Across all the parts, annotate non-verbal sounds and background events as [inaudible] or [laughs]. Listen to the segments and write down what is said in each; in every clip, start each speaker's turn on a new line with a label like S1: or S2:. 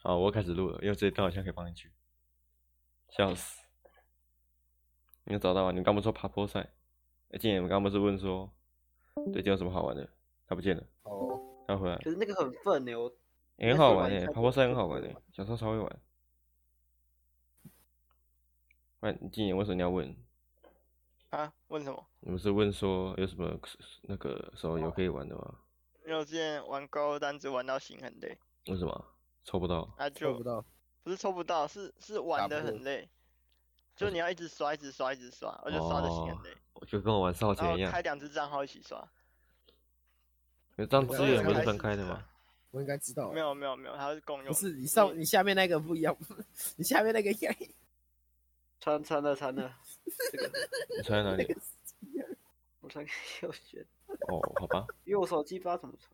S1: 好，哦我开始录了，因为这一段好像可以放进去。笑死！你有找到啊？你们刚不是说爬坡赛？哎，今年你们刚不是问说最近有什么好玩的？他不见了，
S2: 哦，
S1: 他回来了，
S2: 可是那个很愤呢、我
S1: 诶很
S2: 那
S1: 好
S2: 是
S1: 玩
S2: 玩
S1: 诶、
S2: 一下
S1: 爬
S2: 就
S1: 坡赛
S2: 是
S1: 很好
S2: 会
S1: 玩诶、
S2: 玩
S1: 小时候超会玩。那你今年为什么你要问？
S3: 啊？问什么？
S1: 你们是问说有什么那个手游可以玩的吗？
S3: 因为我之前玩高二单子玩到心很累，
S1: 为什么抽不到？
S3: 啊
S2: 做
S3: 就
S2: 不到，
S3: 不是抽不到，是是
S2: 打
S3: 玩
S2: 不
S3: 的很
S2: 过
S3: 累，就你要一直刷，一直刷，一直刷，我就刷的心
S1: 哦
S3: 很累，
S1: 就跟我玩
S2: 哦
S1: 少
S3: 然
S1: 钱一
S3: 后
S1: 样
S3: 开，两只账号一起刷。
S1: 因为当
S2: 我
S1: 资
S2: 都有
S1: 源不
S2: 开
S1: 是分
S3: 始
S1: 开的
S3: 知
S1: 吗
S3: 道？
S2: 我应该知道
S1: 哦
S3: 没
S2: 欸。
S3: 有没有没有，它是共用
S4: 不
S3: 的。
S4: 是你上你下面那个不一样， [laughs] 你下面那个应该
S2: [laughs] 穿穿了穿了，这个
S1: 你穿在哪
S4: 那
S1: 里
S4: 个？是一样
S2: 我穿给右旋，
S1: 哦，好吧，
S2: 因为我手机不知道怎么穿。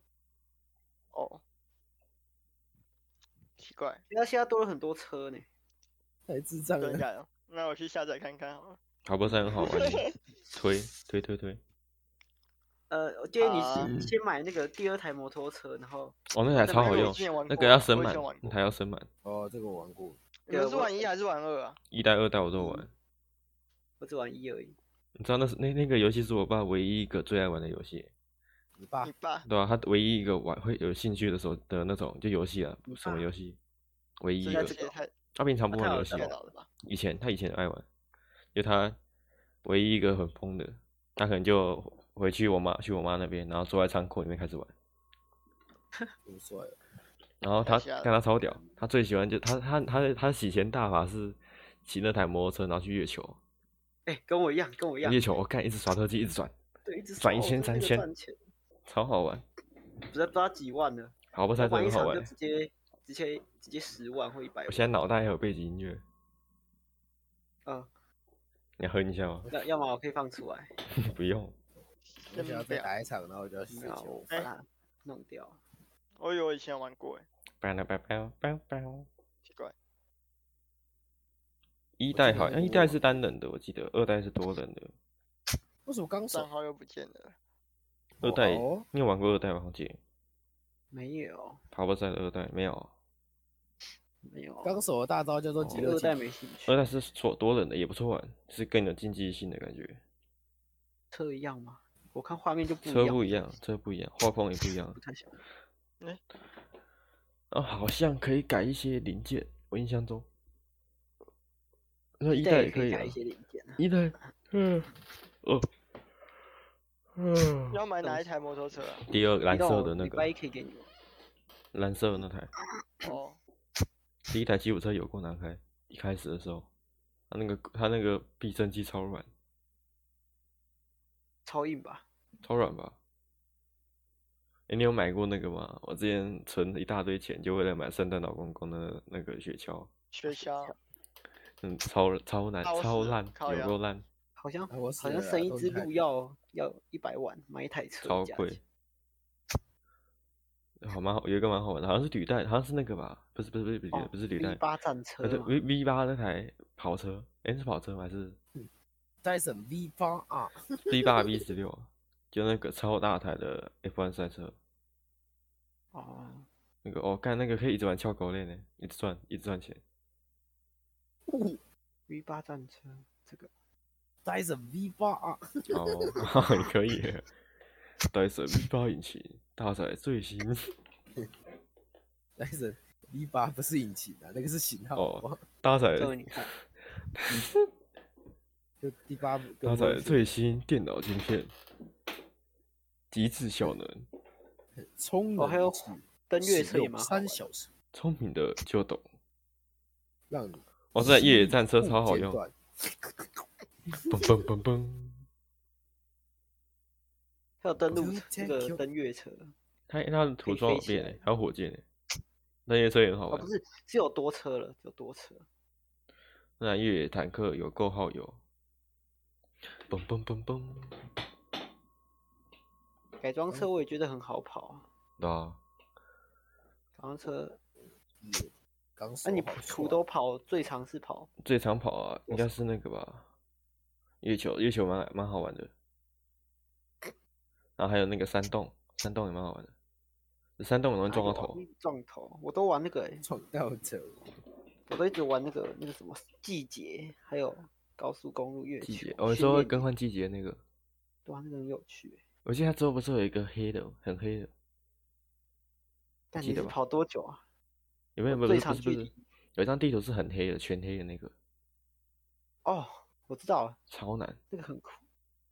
S3: 哦，奇怪，
S2: 现在现在多了很多车呢，
S4: 太智障
S3: 真
S4: 了。
S3: 假的？那我去下载看看好了。
S1: 爬坡山很
S3: [laughs]
S1: 好玩欸，推推推推。
S2: 呃，我建议
S3: 啊
S2: 你先先买那个第二台摩托车，然后
S1: 哦，那台
S3: 那
S1: 超
S3: 个
S1: 好
S3: 我
S1: 用
S3: 之，前玩
S1: 那
S3: 过
S1: 个要
S3: 啊
S1: 升
S3: 我以
S1: 满
S3: 前玩，
S1: 那
S3: 过
S1: 台要升满，
S4: 哦，这个我玩过，
S3: 你们
S2: 对
S3: 是
S2: 我
S3: 玩一还是玩二啊？
S1: 一代、二代我都有玩。
S2: 我只玩一而已。
S1: 你知道那是那那个游戏是我爸唯一一个最爱玩的游戏，
S4: 你爸
S3: 你爸
S1: 对吧、他唯一一个玩会有兴趣的时候的那种就游戏啊，什么
S2: 爸
S1: 游戏？唯一
S3: 这
S1: 一
S3: 个
S1: 个
S3: 这，也太
S1: 他平常不
S2: 他
S1: 玩
S2: 有
S1: 游戏
S2: 电
S3: 太
S1: 的，
S3: 老了吧？
S1: 以前他以前很爱玩，就他唯一一个很疯的，他可能就回去我妈去我妈那边，然后坐在仓库里面开始玩。
S4: 不帅，
S1: 然后
S3: 太
S1: 他
S3: 瞎了
S1: 看他超屌，他最喜欢就他他他的他的洗钱大法是骑那台摩托车，然后去月球，
S2: 哎、跟我一样，跟我一样
S1: 月，球我看一直耍特技，一直转，
S2: 对，一直
S1: 转一
S2: 扫
S1: 圈
S2: 我真
S1: 三
S2: 的那个
S1: 圈
S2: 赚钱
S1: 超好玩。
S2: 不知道不知道几万呢，
S1: 好不
S2: 我
S1: 赛车
S2: 玩一
S1: 很好
S2: 场
S1: 玩
S2: 就，直接直接直接十万或一百
S1: 我
S2: 万。
S1: 现在脑袋还有背景音乐，
S2: 嗯，
S1: [laughs] 你要哼一下
S2: [laughs]
S1: 吗？
S2: 那要么我可以放出来，
S1: 不用，
S4: 我
S3: 真
S4: 想要
S3: 不
S4: 再
S3: 要
S4: 打一场，然后我就要去睡
S2: 那我
S4: 觉。
S2: 把它弄掉。
S3: 我以为我以前玩过诶，
S1: 拜了拜拜拜拜。
S3: 奇怪，
S1: 一
S4: 记
S1: 代
S4: 得
S1: 好
S4: 那
S1: 像
S4: 个
S1: 一
S4: 我
S1: 代是单人的，我记得二代是多人
S2: 哦
S1: 的，
S4: 为什么
S1: 啊
S4: 刚
S3: 账
S4: 手？
S3: 号又不见了。
S1: 二代
S4: 哦
S1: 你有玩过二代吗？红姐，
S2: 没有，
S1: 跑步赛的二代没有，
S2: 没有，
S4: 刚手的大招叫做极乐
S2: 二代
S4: 体，
S2: 没兴趣。
S1: 二代是错多人的也不错玩，是更有竞技性的感觉，
S2: 车一样吗？我看画面就不一
S1: 车
S2: 样，
S1: 不一样，车不一样，画风也不一样
S2: 不。太想。
S1: 啊，好像可以改一些零件，我印象中。那一
S2: 代
S1: 代
S2: 也可
S1: 以
S2: 改
S1: 啊
S2: 一，些零件啊。
S1: 一代，嗯，哦，嗯，
S3: 要买
S2: 东
S3: 哪一
S2: 西
S3: 台摩托车啊？
S1: 第二蓝
S2: 你让
S1: 色
S2: 我
S1: 的那
S2: 礼拜一
S1: 个，
S2: 可以给你吗？
S1: 蓝色的那台，
S3: 哦，
S1: 第一台吉普车有够难开，一开始的时候，它那个它那个避震器超软，
S2: 超硬吧？
S1: 超软吧？哎，你有买过那个吗？我之前存了一大堆钱，就为了买圣诞老公公的那个雪橇，
S3: 学校
S1: 嗯，超超难，
S3: 超
S1: 超
S3: 市
S1: 烂，
S3: 靠
S1: 有
S3: 腰
S1: 够烂，
S2: 好像
S4: 啊我
S2: 好
S4: 死
S2: 像
S4: 了啊
S2: 生一
S4: 都
S2: 只
S4: 太
S2: 鹿要要一百万买一台车，
S1: 超贵。。好蛮好，有一个蛮好玩的，好像是履带，好像是那个吧？不是不是不是履带，
S2: 哦
S1: 不是履带
S2: ，V，八战车
S1: 呃对
S2: 嘛，
S1: V V 八那台跑车，诶，是跑车吗？还
S2: [laughs]
S1: 是
S4: 戴森 V 八 R，
S1: V 八 V 十六？啊就那个超大台的 F 1赛车，
S2: 哦，
S1: 那个哦，干那个可以一直玩翘狗链呢，一直赚一直赚
S2: [laughs]
S1: 钱。
S4: 哦
S2: V 八战车这个
S4: 戴森 V 八 R，
S1: 哦， [laughs] 可以耶，戴森 V 八引擎搭载最新
S4: 戴森 V 八不是引擎啊，那个是型号。
S1: 哦
S4: 好不好
S1: 搭载
S2: 这个你看，
S4: 就第八部。
S1: 搭载最新电脑芯片，极致效能，
S4: 充
S2: 哦还有登月车也蛮好玩
S4: 三
S2: 的
S4: 小时，
S1: 聪明的就懂。
S4: 让你
S1: 哇，这台哦越野
S4: 心
S1: 啊战车
S4: 不
S1: 超好
S4: 间
S1: 用，
S4: 断
S1: 嘣嘣嘣嘣，
S2: 还有登陆
S4: 嗯
S2: 车这
S4: 这
S2: 个
S4: 就
S2: 登月车
S1: [laughs] 它它的涂
S2: 以
S1: 装
S2: 飞
S1: 有
S2: 起
S1: 变、
S2: 来
S1: 欸，还有火箭、欸，那些车也很好
S2: 哦，
S1: 玩。
S2: 不是是有多车了，有多车，
S1: 那台越野坦克有够耗油，嘣嘣嘣嘣，
S2: 改装
S1: 嗯
S2: 车我也觉得很好跑啊，
S1: 对啊，
S2: 改装车，
S4: 也刚说
S1: 哦
S2: 那啊你
S4: 嗯好
S1: 啊
S2: 除
S4: 帅
S2: 都跑最长是跑
S1: 最长跑啊，应该是那个吧，月球月球蛮蛮好玩的，然后还有那个山洞，山洞也蛮好玩的，这三栋容易
S2: 哪
S1: 撞到
S2: 有啊
S1: 头
S2: 容，易撞头，我都玩那个哎、
S4: 撞到头，
S2: 我都一直玩那个那个什么季节，还有高速公路越
S1: 季
S2: 球
S1: 节，哦我
S2: 训
S1: 说会
S2: 练
S1: 更
S2: 营
S1: 换季节那个，
S2: 对啊，那个很有趣、欸。
S1: 我记得它之后不是有一个黑的，很黑的，
S2: 但
S1: 记
S2: 你
S1: 得
S2: 是
S1: 吧
S2: 跑多久啊？
S1: 有没有？不是
S2: 最
S1: 不
S2: 长
S1: 是不
S2: 距
S1: 是
S2: 离，
S1: 有一张地图是很黑的，全黑的那个，
S2: 哦，我知道了，
S1: 超难，
S2: 那个很酷，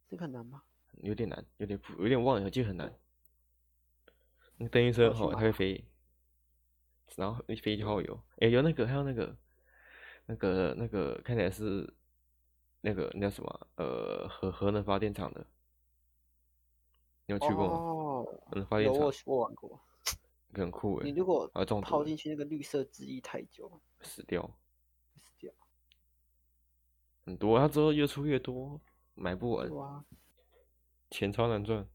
S2: 那个很难吗？
S1: 有点难，有点复有点忘了，就很难。那个登云车
S2: 我去
S1: 好，它
S2: 买
S1: 会飞，然后一飞就好有，哎，有那个，还有那个，那个那个看起来是那个那叫什么啊？呃，核核能发电厂的，你有去过吗？
S2: 哦，
S1: 核能发电
S2: 有
S1: 厂
S2: 我我玩过。
S1: 很酷
S2: 你
S1: 诶，
S2: 如果
S1: 啊中毒
S2: 泡
S1: 了
S2: 进去那个绿色汁液太久，会
S1: 死掉
S2: 死掉。
S1: 很多，它之后越出越多，买不完，
S2: 对啊，
S1: 钱超难赚。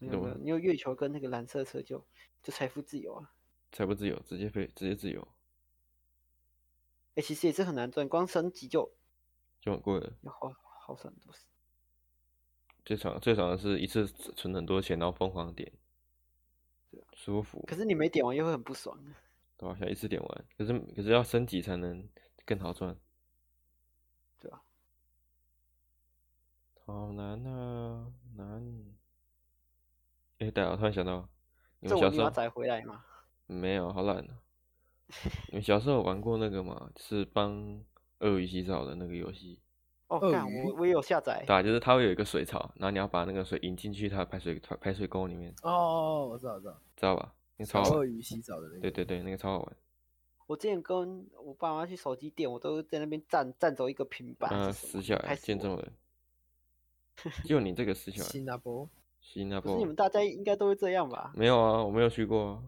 S2: 没有
S1: 懂
S2: 没有，
S1: 了
S2: 你有月球跟那个蓝色车就就财富自由啊。
S1: 财不自由，直接飞，直接自由
S2: 哎、其实也是很难赚，光升级就
S1: 就很贵了。
S2: 要花好省很多时间。
S1: 最爽最爽的是一次存很多钱，然后疯狂点，舒服，
S2: 可是你没点完又会很不爽啊。
S1: 对吧？想一次点完，可是可是要升级才能更好赚。
S2: 对啊。
S1: 好难啊，难。哎，对啊，我突然想到，你
S2: 这
S1: 们
S2: 我
S1: 小
S2: 你
S1: 时
S2: 要
S1: 候
S2: 载回来嘛？
S1: 没有，好懒
S2: [laughs]
S1: 啊。你们小时候有玩过那个吗？就是帮鳄鱼洗澡的那个游戏，
S2: 哦，
S4: 鳄
S2: 干
S4: 鱼
S2: 我我也有下载
S1: 对，啊，就是它会有一个水槽，然后你要把那个水引进去它的排水排水沟里面，
S4: 哦哦，我知道，我知道，
S1: 知道吧？那个超
S4: 小
S1: 好
S4: 鳄
S1: 玩，
S4: 鱼洗澡的那
S1: 对
S4: 个，
S1: 对对，那个超好玩。
S2: 我之前跟我爸妈去手机店，我都在那边站站走一个平板，
S1: 嗯，
S2: 是什
S1: 死
S2: 么
S1: 小孩
S2: 开始
S1: 见
S2: 我
S1: 证人，就你这个死小孩，
S4: 新加坡，
S1: 新加
S2: 可是
S1: 坡
S2: 你们大家应该都会这样吧？
S1: 没有啊，我没有去过啊，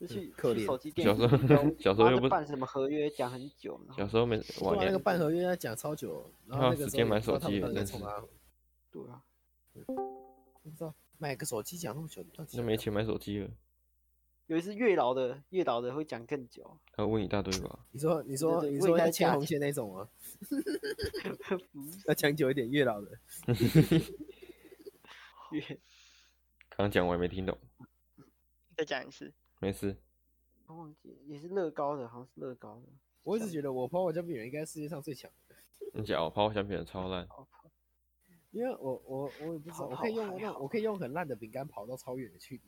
S2: 就去
S4: 嗯可
S2: 去
S4: 怜
S2: 手机店
S1: 小时候
S2: 去聊
S1: 小时候
S2: 妈
S1: 又
S2: 的
S1: 不
S2: 办什么合约，讲很久，然
S1: 小
S2: 后
S1: 时候没
S4: 哇，
S1: 玩
S4: 那
S1: 欸
S4: 个半合约要讲超久，然后
S1: 啊
S4: 那个
S1: 时
S4: 时候
S1: 间
S4: 也
S1: 买
S4: 不知道
S1: 手
S4: 他
S1: 机
S4: 们到底
S1: 真
S4: 在
S1: 是
S4: 冲啊，
S2: 对啊，
S4: 不知道买个手机讲那么久，到底
S1: 那
S4: 想
S1: 没
S4: 干
S1: 钱买手机了，
S2: 有一次越老的越老的会讲更久，
S1: 他问一大堆吧，
S4: 你说你说
S2: 对对
S4: 你
S2: 我
S4: 说
S2: 也在
S4: 要牵
S2: 下
S4: 红
S2: 载
S4: 线
S2: [laughs]
S4: 那种吗？ [laughs]
S2: 不
S4: 要讲久一点，月老的。
S2: 越
S1: 刚刚讲我还没听懂，
S3: 再讲一次，
S1: 没事，
S2: 我忘记也是乐高的，好像是乐高的，
S4: 我一直觉得我跑我家比人应该是世界上最强的，
S1: 你讲我泡泡橡皮人超烂，
S2: 哦跑
S4: 因为我我我也不知
S2: 跑
S4: 道，我可以
S2: 跑
S4: 用
S2: 还
S4: 那种我可以用很烂的饼干跑到超远的距离。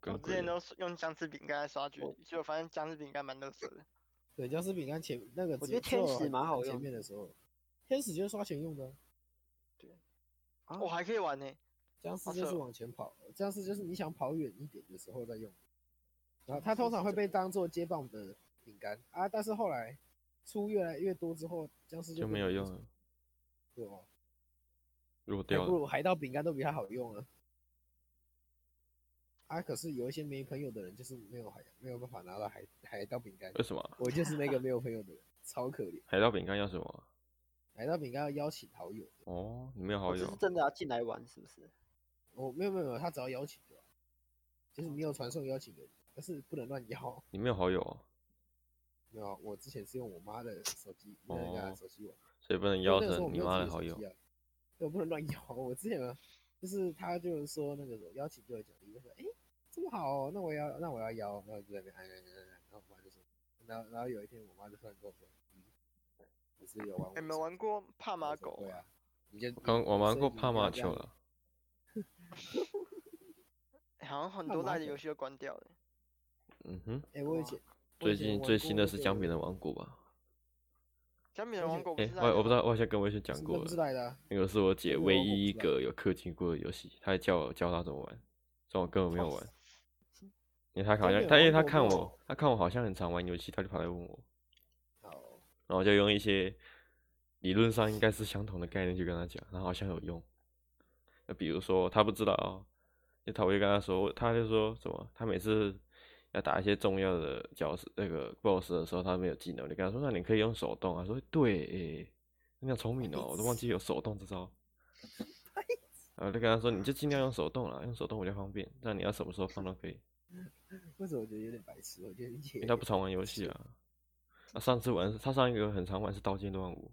S1: 更
S4: 哦
S3: 我之
S1: 贵
S3: 前
S1: 了，
S3: 都是用姜丝饼干来刷距离，结果发现姜丝饼干蛮乐色的。
S4: 对，僵尸饼干前那个只，
S2: 我觉得天
S4: 只有
S2: 使蛮好
S4: 前
S2: 用
S4: 面的时候，天使就是刷钱用的啊，
S2: 啊
S3: 我还可以玩呢，
S4: 僵尸
S3: 好
S4: 就是
S1: 哦
S3: 扯
S4: 往前跑，僵尸就是你想跑远一点的时候再用。然
S1: 哦
S4: 后它通常会被当做接棒的饼干啊，但是后来出越来越多之后，僵尸
S1: 就
S4: 被
S1: 没有
S4: 当
S1: 用
S4: 做
S1: 了，哦
S4: 对
S1: 弱
S4: 哦，还
S1: 掉
S4: 不
S1: 了，
S4: 如海盗饼干都比它好用啊。啊，可是有一些没朋友的人就是没有海，没有办法拿到海海盗饼干。
S1: 为什么啊
S4: 我就是那个没有朋友的人，超可怜。
S1: 海盗饼干要什么啊？
S4: 海盗饼干要邀请好友，
S1: 哦，你没有
S2: 我
S1: 好
S2: 这是
S1: 友，
S2: 真的要进来玩是不是？
S4: 我、哦没有没有没有，他只要邀请就好，就是你有传送邀请给你，但是不能乱邀。
S1: 你没有好友啊，
S4: 没有啊，我之前是用我妈的手机，那个
S1: 哦
S4: 手机玩，
S1: 所以不能
S4: 因为
S1: 邀
S4: 那个时候我
S1: 成
S4: 没
S1: 你
S4: 有
S1: 妈
S4: 自
S1: 的
S4: 己
S1: 好
S4: 手
S1: 友
S4: 机，啊，对，我不能乱邀。我之前啊就是他就是说那个什么邀请就有奖励，就说哎这么好、哦，那我要那我要邀，然后就在那边哎按按按按按，然后我妈就说，然后然后有一天我妈就突然跟我说，嗯，我是有玩我的手机，
S3: 你们玩过帕
S4: 我
S3: 马
S4: 说
S3: 狗
S4: 对
S3: 吗？
S4: 啊，你就
S1: 刚我玩
S4: 所以
S1: 过
S4: 你
S1: 帕
S4: 不要
S1: 马
S4: 这样
S1: 球了，
S3: 好像很
S4: 帕
S3: 多
S4: 马
S3: 代的
S4: 狗
S3: 游戏都关掉了。
S1: 嗯哼，
S4: 哎、我以
S2: 哇
S4: 前我以
S1: 最
S4: 前
S1: 近
S4: 玩
S1: 最
S4: 过
S1: 新的
S4: 那
S1: 是
S4: 个
S1: 姜饼人王国吧？
S3: 姜饼人王国不
S1: 哎
S3: 是，在
S1: 我我不知道，我好像跟我以前讲
S4: 是
S1: 过
S4: 不是
S1: 了。
S4: 来的啊，
S1: 那个是我姐
S4: 个
S1: 唯
S4: 我不
S1: 一一
S4: 知道
S1: 个有氪金过的游戏，她还叫我教她怎么玩，虽然我根本没有玩，因为她好像
S4: 真的有
S1: 她因为她
S4: 玩过
S1: 看
S4: 吗
S1: 我，她看我好像很常玩游戏，她就跑来问我，
S4: 好，
S1: 然后我就用一些理论上应该是相同的概念去跟她讲，然后好像有用。那比如说她不知道、哦就她会跟她说，她就说什么，她每次要打一些重要的角色那个 boss 的时候，她没有技能，我就跟她说，那你可以用手动啊，她说对、诶你好聪明哦，我都忘记有手动这招。然后就跟他说，你就尽量用手动啦，用手动比较方便。那你要什么时候放都可以，
S4: 为什么我觉得有点白痴？我觉得
S1: 因
S4: 也
S1: 为他不常玩游戏啊。他上次玩，他上一个很常玩是《刀剑乱舞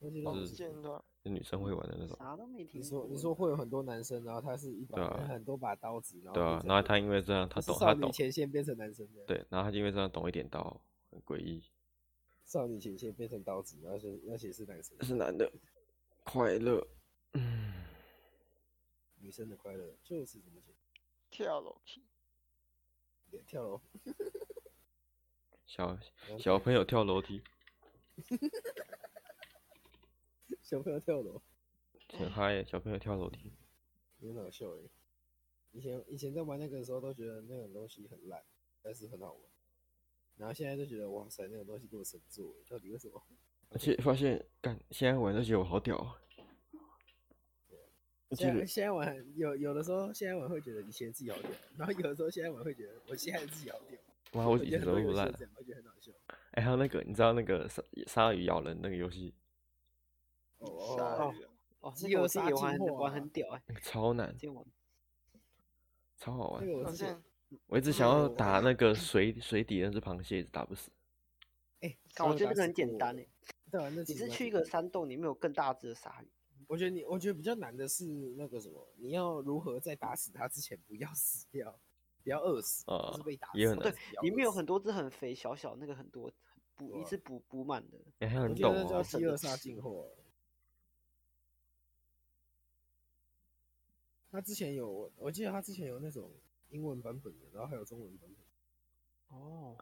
S4: 我觉得
S1: 就
S4: 我
S1: 是
S4: 是
S3: 剑的，
S1: 就女生会玩的那种，
S2: 啥都没听
S4: 你
S2: 过
S4: 说你说会有很多男生，然后他是一把、
S1: 对啊
S4: 很多把刀子，然后
S1: 对啊
S4: 变，成
S1: 然后他因为这样，他
S4: 是
S1: 懂，
S4: 少
S1: 他
S4: 女
S1: 懂，
S4: 前线变成男生的，，
S1: 对，然后他因为这样懂一点刀，很诡异。
S4: 少女前线变成刀子，然后是而且是男生，
S1: 是男的，快乐，嗯，
S4: 女生的快乐就是这么简
S3: 跳楼梯，
S4: 单，跳楼
S1: 小小朋友跳楼梯，
S4: 小朋友跳楼，
S1: 很嗨耶，小朋友跳楼梯，
S4: 有点好笑哎。以前以前在玩那个的时候都觉得那种东西很烂，但是很好玩。然后现在就觉得哇塞，那种东西给我神作欸，到底为什么？
S1: 而且发现，干，现在玩都觉得我好屌啊！我记
S4: 现
S1: 得
S4: 在现在玩有有的时候现在玩会觉得以前自己好屌，然后有的时候现在玩会觉得我现在自己好屌。
S1: 哇，我
S4: 觉
S1: 以
S4: 得
S1: 前
S4: 很
S1: 怎
S4: 多
S1: 么那
S4: 游
S1: 么烂
S4: 戏都？这样，我觉得很好笑。
S1: 哎，还有那个，你知道那个鲨鲨鱼咬人那个游戏，
S4: 哦
S3: 鲨
S4: 哦，
S3: 鱼啊，
S2: 哦，
S4: 饥
S2: 那个
S4: 饿
S2: 我自
S4: 杀
S2: 己
S4: 进
S2: 玩很
S4: 货
S2: 玩
S4: 啊
S2: 很屌哎，
S1: 那个超难，
S2: 这玩
S1: 超好玩。
S4: 那个我
S3: 好
S4: 之前
S3: 像
S1: 我一直想要
S4: 嗯
S1: 打那
S4: [clears throat]
S1: 个水水底那只螃蟹，一直打不死。
S4: 哎，
S2: 看我觉得那
S4: 打
S2: 个很
S4: 死
S2: 简
S4: 过
S2: 单
S4: 我
S2: 哎，
S4: 对啊，那
S2: 你
S4: 其实
S2: 是
S4: 蛮
S2: 去一
S4: 简
S2: 个
S4: 单的
S2: 山洞，里面有更大只的鲨鱼，
S4: 我觉得你，我觉得比较难的是那个什么，你要如何在打死它之前不要死掉，不要饿死，
S1: 啊
S4: 就是被打死。
S1: 也很
S4: 但
S1: 难
S4: 是不要
S2: 里面
S4: 饿
S2: 有
S4: 死
S2: 很多只很肥小小，那个很多补
S4: 对
S2: 一
S4: 啊
S2: 次补补满的，
S1: 哎，还有
S4: 我
S1: 人
S4: 觉
S1: 懂
S4: 得那叫
S1: 哦，
S4: 饥饿杀啊进货。他之前有，我记得他之前有那种英文版本的，然后还有中文版本。
S2: 哦，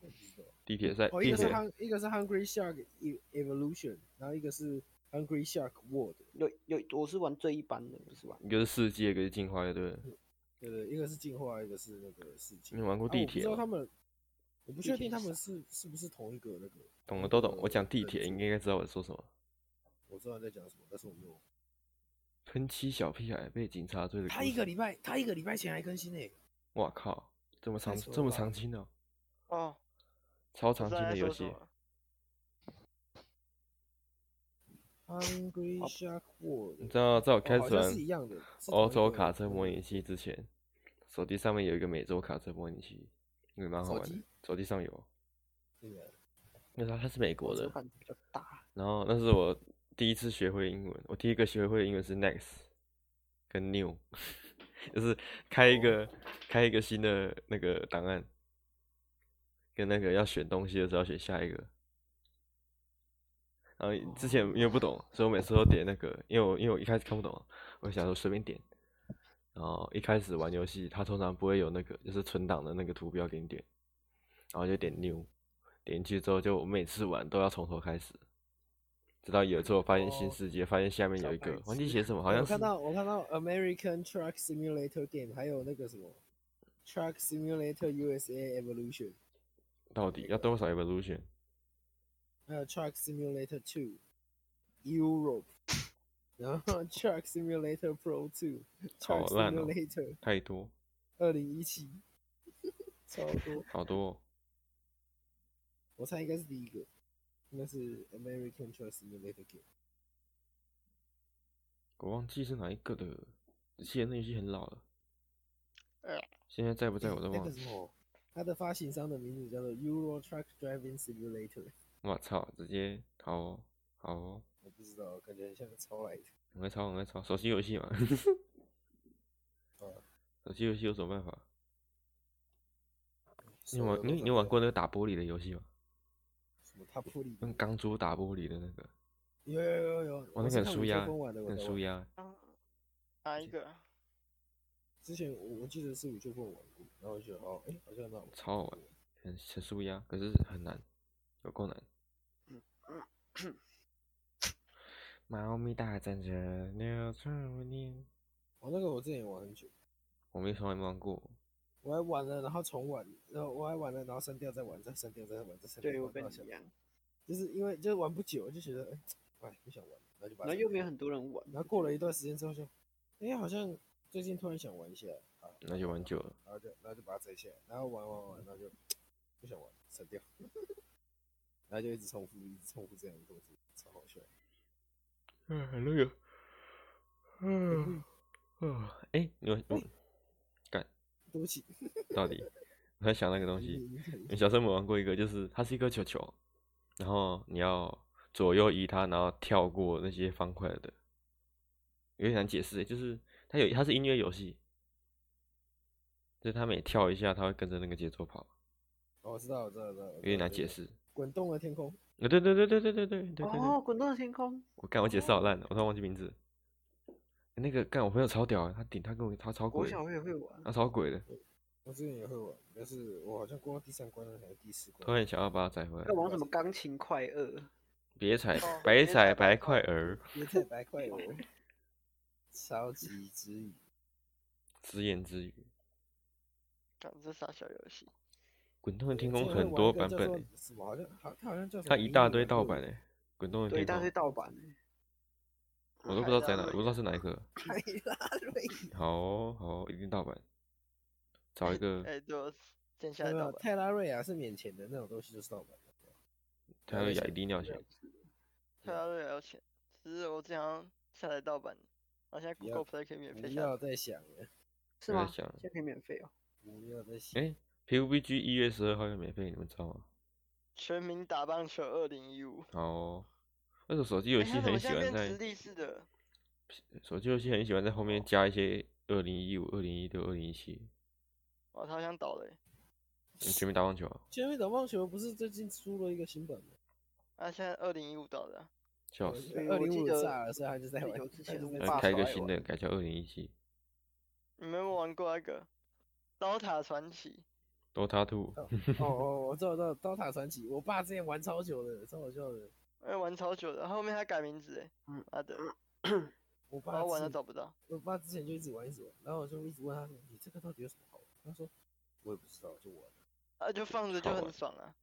S4: 我记得
S1: 地铁赛，
S4: 哦，一
S1: 地
S4: 个是
S1: 铁
S4: Hun，一个是 Hungry Shark E- Evolution，然后一个是 Hungry Shark World，
S2: 有有我是玩最一般的，不是玩。
S1: 一个是世界，一个是进化，对不对？
S4: 对对，一个是进化，一个是那个世界。
S1: 你玩过
S4: 啊
S1: 地
S4: 我不
S1: 铁
S4: 知道
S1: 吗
S4: 他们，我不
S2: 地
S4: 确
S2: 铁
S4: 定他
S2: 是
S4: 们是是不是同一个那个。
S1: 懂的都懂。我讲地
S4: 认
S1: 铁，
S4: 知
S1: 应该应该知道我在说什么。
S4: 我知道你在讲什么，但是我没有。
S1: 喷漆小屁孩被警察追的故事。
S4: 他一个礼拜，他一个礼拜前还更新呢、
S1: 哇靠，这么
S4: 太
S1: 长
S4: 扯
S1: 这
S4: 了
S1: 么
S4: 吧
S1: 长青哦，
S3: 哦，
S1: 超
S3: 我
S1: 长
S3: 知
S1: 青
S3: 道你
S1: 的
S3: 在
S1: 游
S3: 说
S1: 戏，
S3: 什么。
S4: Hungry [laughs]
S2: 好
S4: Shark World，
S1: 你知道在我开
S4: 哦好
S1: 始
S4: 像
S1: 玩
S4: 是一样的是
S1: 欧
S4: 同一
S1: 洲
S4: 个
S1: 卡车
S4: 同一
S1: 模
S4: 个
S1: 拟器之前，手机上面有一个美洲卡车模拟器，也蛮好
S4: 手
S1: 玩的
S4: 机。
S1: 手机上有，
S4: 对啊的，
S1: 那时候它是美国
S2: 手
S1: 的，
S2: 感比较大，
S1: 然后那是我第一次学会英文，我第一个学会的英文是 next 跟 new，就是开一个开一个新的那个档案，跟那个要选东西的时候要选下一个。然后之前因为不懂，所以我每次都点那个，因为我因为我一开始看不懂，啊我就想说随便点。然后一开始玩游戏，它通常不会有那个就是存档的那个图标给你点，然后就点 new，点进去之后就我每次玩都要从头开始，直到有一次我发现新
S4: 哦
S1: 世界，发现下面
S4: 小
S1: 有一
S4: 白
S1: 个忘记
S4: 痴
S1: 写什么，好像
S4: 我
S1: 是
S4: 看到我看到 American Truck Simulator Game，还有那个什么 Truck Simulator USA Evolution，
S1: 到底要多少 evolution？
S4: 还有 Uh, Truck Simulator Two Europe，然后 Truck Simulator Pro Two
S1: 好
S4: Truck
S1: 烂哦
S4: Simulator
S1: 太多，
S4: 二零一 [laughs] 七，超多，
S1: 好多哦、
S4: 我猜应该是第一个，应该是 American Truck Simulator Game。
S1: 我忘记是哪一个的，只记得那游戏很老了。
S3: 呃
S1: 现在在不在我都
S4: 那
S1: 忘
S4: 个
S1: 了。
S4: 什么，它的发行商的名字叫做 Euro Truck Driving Simulator，
S1: 我操，直接好哦，好哦，
S4: 我不知道，感觉很像抄来的。
S1: 很会抄，很会抄，手机游戏嘛。
S4: 嗯哦
S1: 手机游戏有什么办法？你有
S4: 手
S1: 玩
S4: 游都
S1: 你
S4: 长
S1: 你有
S4: 这
S1: 玩
S4: 样
S1: 过那个打玻璃的游戏吗？
S4: 什么他破例？
S1: 用钢珠打玻璃的那个，
S4: 有有有有，
S1: 哇，
S4: 我
S1: 那
S4: 是
S1: 个很
S4: 看
S1: 舒
S4: 吴
S1: 压，
S4: 秋风玩的，我
S1: 很
S4: 才
S1: 舒
S4: 玩。
S1: 压。
S3: 啊哪一个？
S4: 之前我我记得是吴秋风玩过，然后我觉得哦，哎，好像很好玩。
S1: 超好玩，很很舒压，可是很难，有够难。
S4: 嗯
S1: 猫咪大战者六十五年，
S4: 我哦那个我之前也玩很久，
S1: 我没从来没玩过。
S4: 我还玩了，然后重玩，然后我还玩了，然后删掉再玩，再删掉再玩，再删掉。
S2: 对我
S4: 玩到
S2: 跟你
S4: 现
S2: 一
S4: 在
S2: 样，
S4: 就是因为就是玩不久，就觉得哎，不想玩，然后就把
S2: 然后
S4: 它删
S2: 又没
S4: 掉
S2: 有很多人玩，
S4: 然后过了一段时间之后就，哎，好像最近突然想玩一下啊，
S1: 那就玩久了。
S4: 然后就然后就把它摘下来，然后玩玩玩，然后就不想玩，删掉， [laughs] 然后就一直重复，一直重复这样的动作，超好笑。
S1: 嗯，那
S4: 啊
S1: 个，嗯，啊，哎，你们我干
S4: 对不起，
S1: 到底？我在想那个东西。
S4: 你你很
S1: 小时候有没有玩过一个，就是它是一颗球球，然后你要左右移它，然后跳过那些方块的，有点难解释欸，就是它有它是音乐游戏，就是它每跳一下，它会跟着那个节奏跑，
S4: 哦我知道，我知道，我知道，有
S1: 有点难解。释。
S4: 滚动的天空，
S1: 啊，对对对对对对对对对对，
S2: 哦，滚动的天空，
S1: 我干我解释好烂了，哦我突然忘记名字了。那个干我朋友超屌啊，他顶他跟我他超
S2: 我
S1: 鬼的，
S2: 想我也会玩。
S1: 他超鬼的，
S4: 我之前也会玩，但是我好像过到第三关了，还是第四
S1: 突
S4: 关。
S1: 然想要把它载回来
S2: 要。玩什么钢琴快二？
S1: 别踩
S3: 哦
S1: 白
S3: 别
S1: 踩
S3: 踩
S1: 白
S3: 白
S1: 块儿，
S4: 别太白快了，超级之语。
S1: 只言只语。
S3: 干这傻小游戏，
S1: 滚动的天空
S4: 之前会
S1: 很
S4: 玩
S1: 多
S4: 一个
S1: 版
S4: 叫
S1: 本
S4: 做
S1: 欸，
S4: 什么好像好，它好像叫什
S1: 它
S4: 么
S1: 一
S4: 迷
S1: 大
S4: 你
S1: 堆盗版
S4: 版本，
S1: 哎，滚动的
S2: 对，
S1: 天
S2: 一大堆
S1: 空，
S2: 盗版欸。
S1: 我都不知道在哪，我不知道是哪一个。
S4: 海拉瑞。
S1: 好哦好哦，一定盗版，找一个
S3: 哎，对我见下
S4: 没
S3: 来
S4: 有没
S3: 盗
S4: 有，
S3: 版，
S4: 泰拉瑞啊亚是免钱的那种东西，就是盗版的。
S1: 他要雅迪尿钱，
S3: 泰拉瑞也要啊钱，只是我经常下载盗版，然后现在
S4: 不要
S3: Google Play 可以免
S4: 不
S3: 费下载
S4: 要。再想了，
S2: 是
S1: 我在
S2: 吗？
S1: 想
S2: 现在可以免费哦。
S4: 不要再想。
S1: 哎，PUBG 一月十二号要免费，你们知道吗？
S3: 全民打棒球二零一五，
S1: 好哦，那种手机游
S3: 哎，
S1: 戏
S3: 它怎
S1: 很
S3: 么
S1: 喜
S3: 现在
S1: 欢
S3: 变直
S1: 在
S3: 立式的？
S1: 手机游戏很喜欢在后面加一些二零一五、二零一六、二零一七。
S3: 哦，它好像倒了欸，
S1: 你全民打棒球啊，
S4: 全民打棒球不是最近出了一个新版吗？
S3: 啊，现在二零一五倒的啊，
S1: 笑死！
S2: 对
S4: 二
S2: 我
S4: 零
S2: 记
S4: 五
S2: 得
S4: 炸了，所以他就在
S2: 很
S4: 玩。
S2: 久之前
S4: 他就
S2: 我
S4: 在
S1: 那
S2: 爸
S4: 玩
S1: 哦开一
S2: 手
S1: 个
S2: 爱
S1: 新
S2: 玩
S1: 的，改叫二零一七。
S3: 你们有没有玩过那个《刀塔传奇
S1: Dota Two，
S4: 哦哦，我知道，我知道，《刀塔传奇》，我爸之前玩超久的，超好笑的。》，
S3: 哎，玩超久的，后面他改名字哎
S2: 嗯，
S3: 妈的，
S4: 我
S3: 然
S4: 爸
S3: 后玩都
S4: 之前
S3: 找不到。
S4: 我爸之前就一直玩，一直玩，然后我就一直问他说：“你这个到底有什么好玩？”他说：“我也不知道，就玩。
S3: 啊，就放着就
S1: 好
S3: 很
S1: 玩
S3: 爽啊。”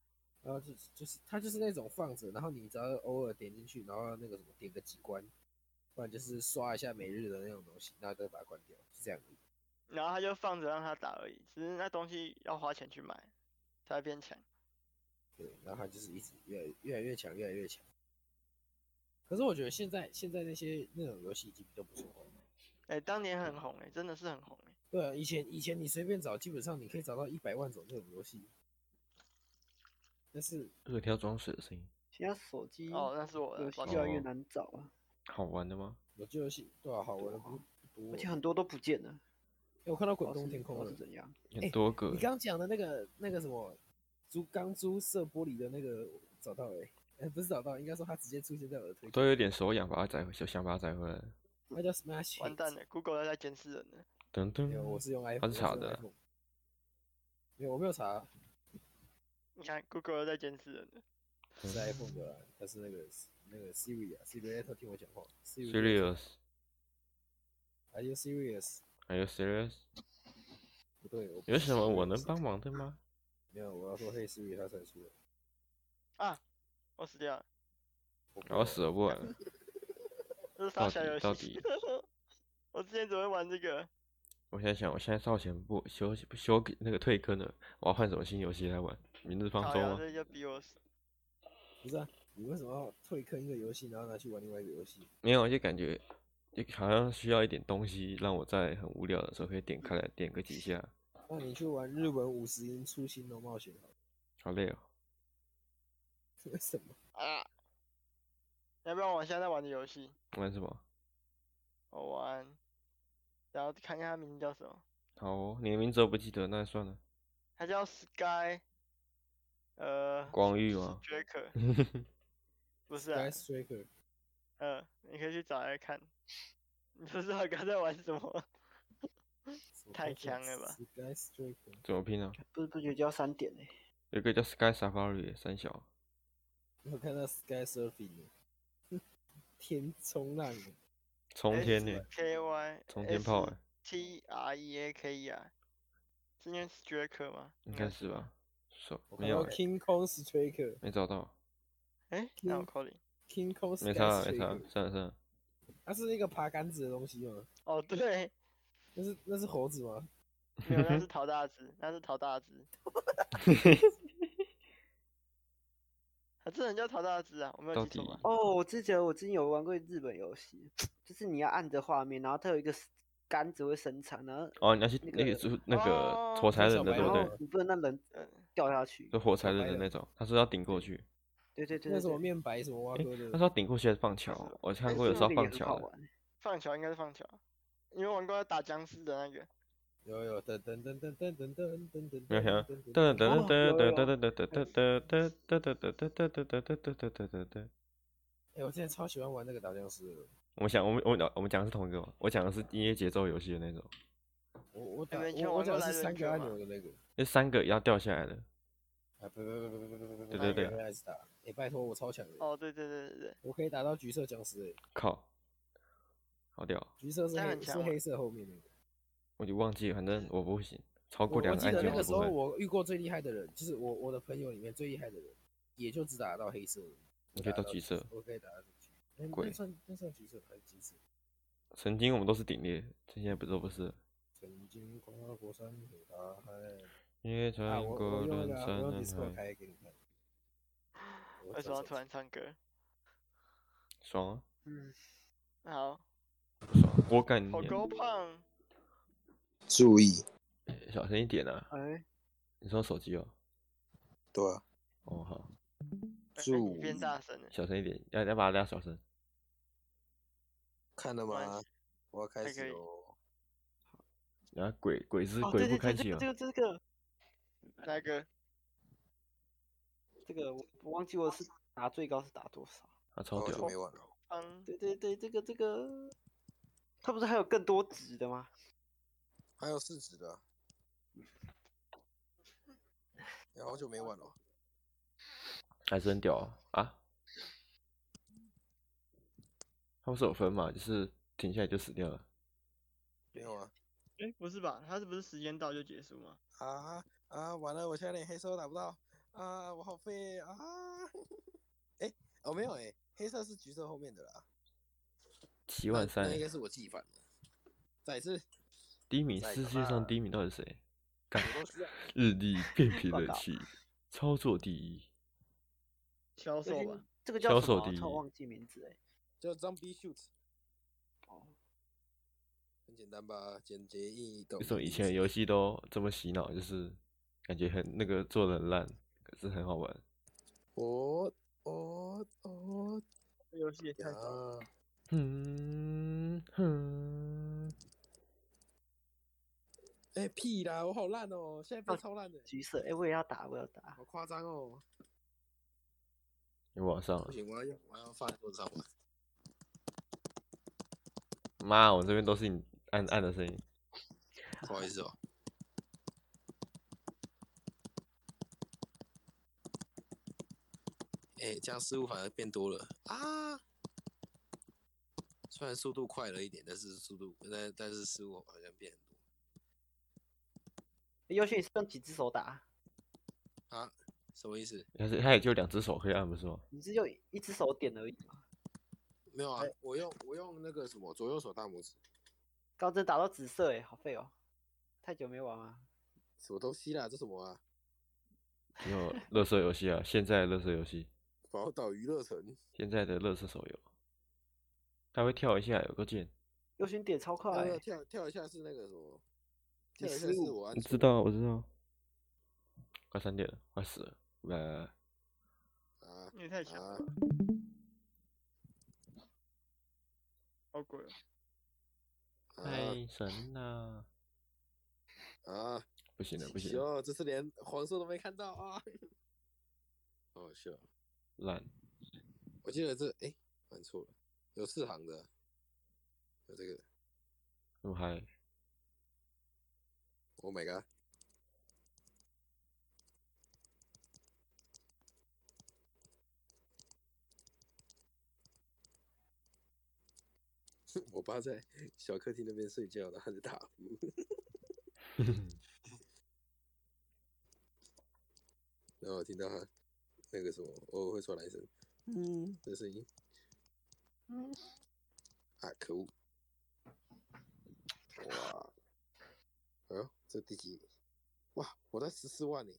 S4: 然后就就是他就是那种放着，然后你只要偶尔点进去，然后那个什么点个几关，不然就是刷一下每日的那种东西，然后再把它关掉，是这样而已。
S3: 然后他就放着让他打而已，只是那东西要花钱去买才会变强。
S4: 对，然后他就是一直越来越来越强，越来越强。可是我觉得现在现在那些那种游戏已经比较不错了。
S3: 哎、当年很红哎、真的是很红哎、
S4: 对啊，以前以前你随便找，基本上你可以找到一百万种这种游戏。但是
S1: 这个听到装水的声音，
S2: 现在手机
S3: 哦，那是我的
S2: 游
S3: 抱
S2: 戏越来
S3: 歉。
S2: 越
S1: 哦
S2: 难找啊，
S1: 好玩的吗？
S4: 有这游戏对啊，好玩的不不多。
S2: 而且很多都不见了。
S4: 哎我看到
S2: 不知
S4: 滚
S2: 道
S4: 动
S2: 是
S4: 天空
S2: 不知
S4: 了
S2: 道是。怎样？
S1: 很
S4: 哎
S1: 多个
S4: 你
S1: 欸，
S4: 刚讲的那个那个什么珠钢珠射玻璃的那个找到哎、呃 [laughs] 不是找到，应该说它直接出现在我的推
S1: 我
S4: 荐，
S1: 都有点手痒，把它载回，想想把它载回来。
S4: 那叫 Smash。
S3: 完蛋！了，Google 要在监视人了。
S1: 噔
S4: 没有，我
S1: 噔，
S4: 是用 iPhone，
S1: 它
S4: 我
S1: 是
S4: 是
S1: 查
S4: 用
S1: 的
S4: iPhone。没有，我没有查，
S3: 你看，Google 要在监视人了。
S1: 嗯
S4: 不是 iPhone 的啦，啊它是那个那个 Siri 啊，Siri 在偷听我讲话。
S1: serious，
S4: Are you serious？
S1: 还有 serious，
S4: 不对，我不
S1: 有
S4: 是
S1: 什么我
S4: serious
S1: 能帮？忙的吗？
S4: 没有，我要说 Hey Siri，它才出来。
S3: 我死掉了，
S4: 我不
S1: 然后
S4: 知
S1: 死了不玩了，
S3: 这是
S1: 到
S3: 傻小
S1: 底
S3: 游
S1: 到
S3: 戏
S1: 底。
S3: [laughs] 我之前只会玩这个，
S1: 我现在想，我现在超前不休息不休那个退坑了，我要换什么新游戏来玩？明日方
S3: 好
S1: 舟
S3: 呀，
S1: 吗？
S3: 这就逼我死。
S4: 道不是啊，你为什么要退坑一个游戏，然后拿去玩另外一个游戏？
S1: 没有，就感觉就好像需要一点东西，让我在很无聊的时候可以点开来点个几下。
S4: 那你去玩日文五十音出新龙冒险好了。 [laughs]
S1: 好累哦，
S4: 为什么？
S3: 啊！要不要我现在玩的游戏？
S1: 玩什么？
S3: 我玩，然后看一下它名字叫什么。
S1: 好哦，你的名字我不记得，那算了。
S3: 它叫 Sky，呃，
S1: 光遇
S3: [laughs]
S1: 吗
S3: d r a k e
S1: [laughs]
S3: 不是、啊
S4: Sky，Striker，
S3: 嗯，你可以去找来看。你不知道刚在玩什么？太强了吧
S4: ！Sky Striker，
S1: 怎么拼啊？
S2: 不知不觉就要三点欸嘞，
S1: 有一个叫 Sky Safari 三小，
S4: 我看到 Sky Surfing，了 [laughs] 天冲浪了，
S3: 哎
S1: 冲天呢、
S3: K Y
S1: 冲天炮哎、
S3: T R E A K E R，是念 Straker 吗？
S1: 应该是？吧？手
S4: 我看
S1: 没有
S4: 到
S1: 欸、
S4: King Kong Striker，King
S1: 没找到，
S3: 哎，那我
S4: King-
S3: calling。
S4: Kong
S1: 没
S4: Sky
S1: 差啊没差啊
S4: Striker，，
S1: 算了算了，
S4: 它是一个爬杆子的东西吗？
S3: 哦，对，
S4: 那是那是猴子吗？
S3: 没
S1: 嗯
S3: 有，那是陶大志，那是
S1: [laughs]
S3: 陶大志。啊，这人叫陶大志啊，我没
S1: 到
S3: 有记错
S1: 底
S3: 吧？
S2: 哦，我之前我之前有玩过日本游戏，就是你要按着画面，然后它有一个 s- 杆子会伸长，然后
S1: 哦，你要去
S2: 那
S1: 那个
S2: 个
S1: 就是那
S3: 哦
S1: 个火柴
S4: 那
S1: 人
S4: 小
S1: 的对
S4: 白
S1: 不
S2: 然
S4: 人
S1: 对
S2: 后？你不能让人呃
S3: 嗯
S2: 掉下去
S1: 就。火柴
S4: 小
S1: 人
S4: 白
S1: 的
S4: 人
S1: 那种，他说要顶过去，
S2: 对对对
S4: 那
S2: 对
S4: 什么
S2: 对，
S4: 面白什么蛙
S1: 诶
S4: 哥的
S1: 那时，候顶过去还是棒球，我
S4: 哎
S1: 看过有时候
S2: 那个也
S1: 棒
S2: 很好
S1: 球的，
S2: 玩，
S3: 放球应该是放球，因为玩过要打僵尸的那个，
S4: 有有噔噔噔噔噔噔噔噔噔，
S1: 没有想
S4: 噔
S1: 噔噔
S4: 噔哦
S1: 噔
S4: 有有
S1: 噔噔
S4: 有
S1: 噔噔噔噔噔噔噔噔噔噔噔噔噔噔噔噔。
S4: 哎，我之前超喜欢玩那个打僵尸的，
S1: 我们想，我们我们讲我们讲的是同一个嘛？我讲的是音乐节奏游戏的那种，
S4: 我我
S3: 哎
S4: 打
S3: 没听
S4: 我我
S3: 玩过
S4: 讲的
S3: 来
S4: 是
S3: 人
S4: 三
S3: 球
S4: 个按
S3: 嘛
S4: 钮的那个，
S1: 那三个要掉下来的，
S4: 啊不不不不不不不不，
S1: 对
S4: 那
S1: 对
S4: 一个
S1: 对
S4: 人还是打，哎拜托我超强的，
S3: 哦对对对对对，
S4: 我可以打到橘色僵尸哎，
S1: 靠，好屌！
S4: 橘色是
S3: 这样
S4: 黑
S3: 很
S4: 是
S3: 强吗
S4: 黑色后面那个。
S1: 我就忘记了，反正我不行，超
S4: 我
S1: 哦过两
S4: 我
S1: 个
S4: 记
S1: 按
S4: 得
S1: 钮
S4: 那个
S1: 我
S4: 时
S1: 不
S4: 候
S1: 会。
S4: 我遇过最厉害的人，就是我我的朋友里面最厉害的人，也就只打得到黑色的。
S1: 你
S4: 我
S1: 可以
S4: 打
S1: 到
S4: 得
S1: 橘色
S4: 我可以打到橘，那
S1: 鬼
S4: 那算那算橘色还是橘色？
S1: 曾经我们都是顶猎，现在不都不
S4: 啊
S1: 是。
S4: 曾经跨过山和大海。
S1: 因为
S4: 啊，
S1: 穿
S4: 我
S1: 过
S4: 我用
S1: 人
S4: 那个啊我用
S1: 山
S4: Discord
S1: 人海，
S4: 开给你看。我
S3: 为什
S4: 转
S3: 么要
S4: 手
S3: 突然唱歌？
S1: 爽啊！
S2: 嗯，
S3: 好，
S1: 不爽啊！ [laughs] 我干你
S3: 火
S1: 娘！
S3: 锅胖，
S4: 注意，
S1: 小声一点啊！
S2: 哎，
S1: 你说手机哦？
S4: 对啊，
S1: 哦好，
S3: 哎
S4: 注
S3: 你变
S4: 意
S3: 大声了，
S1: 小声一点，要要把它拉小声。
S4: 看了
S3: 关
S4: 吗
S3: 系？
S4: 我要开
S3: 还可
S4: 始
S3: 以
S4: 喽。
S1: 然后鬼鬼子
S2: 哦，
S1: 鬼
S2: 对
S1: 不
S2: 对
S1: 开
S2: 对，
S1: 启
S2: 这
S1: 哦
S2: 个这，个这个
S3: 那个
S2: 这个，我我忘记我是打最高是打多少，
S1: 啊超
S4: 好久
S1: 屌！
S4: 哦没玩了。
S3: 胖，
S2: 对对对，这个这个，它不是还有更多值的吗？
S4: 还有四指的啊，也哎好久没玩了。
S1: 还是很屌啊！啊，他们是有分嘛，就是停下来就死掉了。
S4: 没有啊
S3: 哎不是吧？他是不是时间到就结束吗？
S4: 啊啊！完了，我现在连黑色都打不到啊！我好废啊！ [laughs] 哎、哦没有哎、黑色是橘色后面的啦。
S1: 七万
S4: 那
S1: 三
S4: 呃那应，该是我记反了。再
S1: [laughs]
S4: 一次，
S1: 第一名，
S4: 在
S1: 世
S4: 干
S1: 界上
S4: 嘛
S1: 第一名到底是谁？干，
S4: 我都需要。
S1: 日
S4: [laughs]
S1: 历变频
S2: 我
S1: 人
S2: 靠
S1: 气，操作第一。
S3: 销售
S2: 这
S3: 吧
S2: 个，这个
S1: 销
S2: 叫什
S1: 售
S2: 么啊？
S1: 第
S2: 突然
S1: 一
S2: 忘记名字哎。
S4: 叫 Zombie
S3: [laughs]
S4: Shoot，
S2: 哦，
S4: 很简单吧？简洁易懂。
S1: 为什么以前的游戏都这么洗脑？就是感觉很那个做的很烂，可是很好玩。
S4: 我我我
S3: 这游戏也太
S4: 呀！
S3: 早了，
S1: 嗯哼，
S4: 哎、屁啦！我好烂哦、现在
S3: 啊
S4: 变超烂的、
S2: 橘色哎，我也要打，我要打。
S4: 好夸张哦！
S1: 你往上
S4: 不
S1: 了，
S4: 行，我要用，我要放在桌子上玩。
S1: 妈，我这边都是你按按的声音。
S4: 不好意思哦、哎、这样失误反而变多了啊！虽然速度快了一点，但是速度但但是失误好像变很多。
S2: 优秀，你是用几只手打？
S4: 什么意思？
S1: 但是他也就两只手可以按，不是吗？
S2: 你是用一只手点而已嘛？
S4: 没有啊，我用我用那个什么左右手大拇指，
S2: 高真打到紫色哎，好废哦！太久没玩啊了。
S4: 什么东西啦？这什么啊？
S1: 没有乐色游戏啊，现在乐色游戏，
S4: 宝岛娱乐城，
S1: 现在的乐色手游，他会跳一下，有个键。
S2: 优秀你点超快
S4: 那
S2: 欸
S4: 个，跳跳一下是那个什么？
S2: 你
S4: 跳一下
S2: 失
S4: 是
S2: 误
S4: 我按错
S1: 知道，我知道。快三点了，快死了，来来来，
S4: 啊
S3: 你也太强了，
S4: 啊！
S3: 好鬼哦，
S4: 啊
S1: 呃
S2: 哎
S1: 太神啦！
S4: 啊！
S1: 不行了，不行了，
S4: 哟，这次连黄色都没看到啊！好好笑，
S1: 烂。
S4: 我记得这哎，玩错了，有四行的，有这个。
S1: 那么嗨，
S4: Oh my god！我爸在小客厅那边睡觉，然后就打呼，然后我听到他那个什么，偶尔会传来一声
S2: 嗯
S4: 这声音
S2: 嗯，
S4: 啊，可恶！哇，啊哎呦，这第几？哇，我在十四万呢！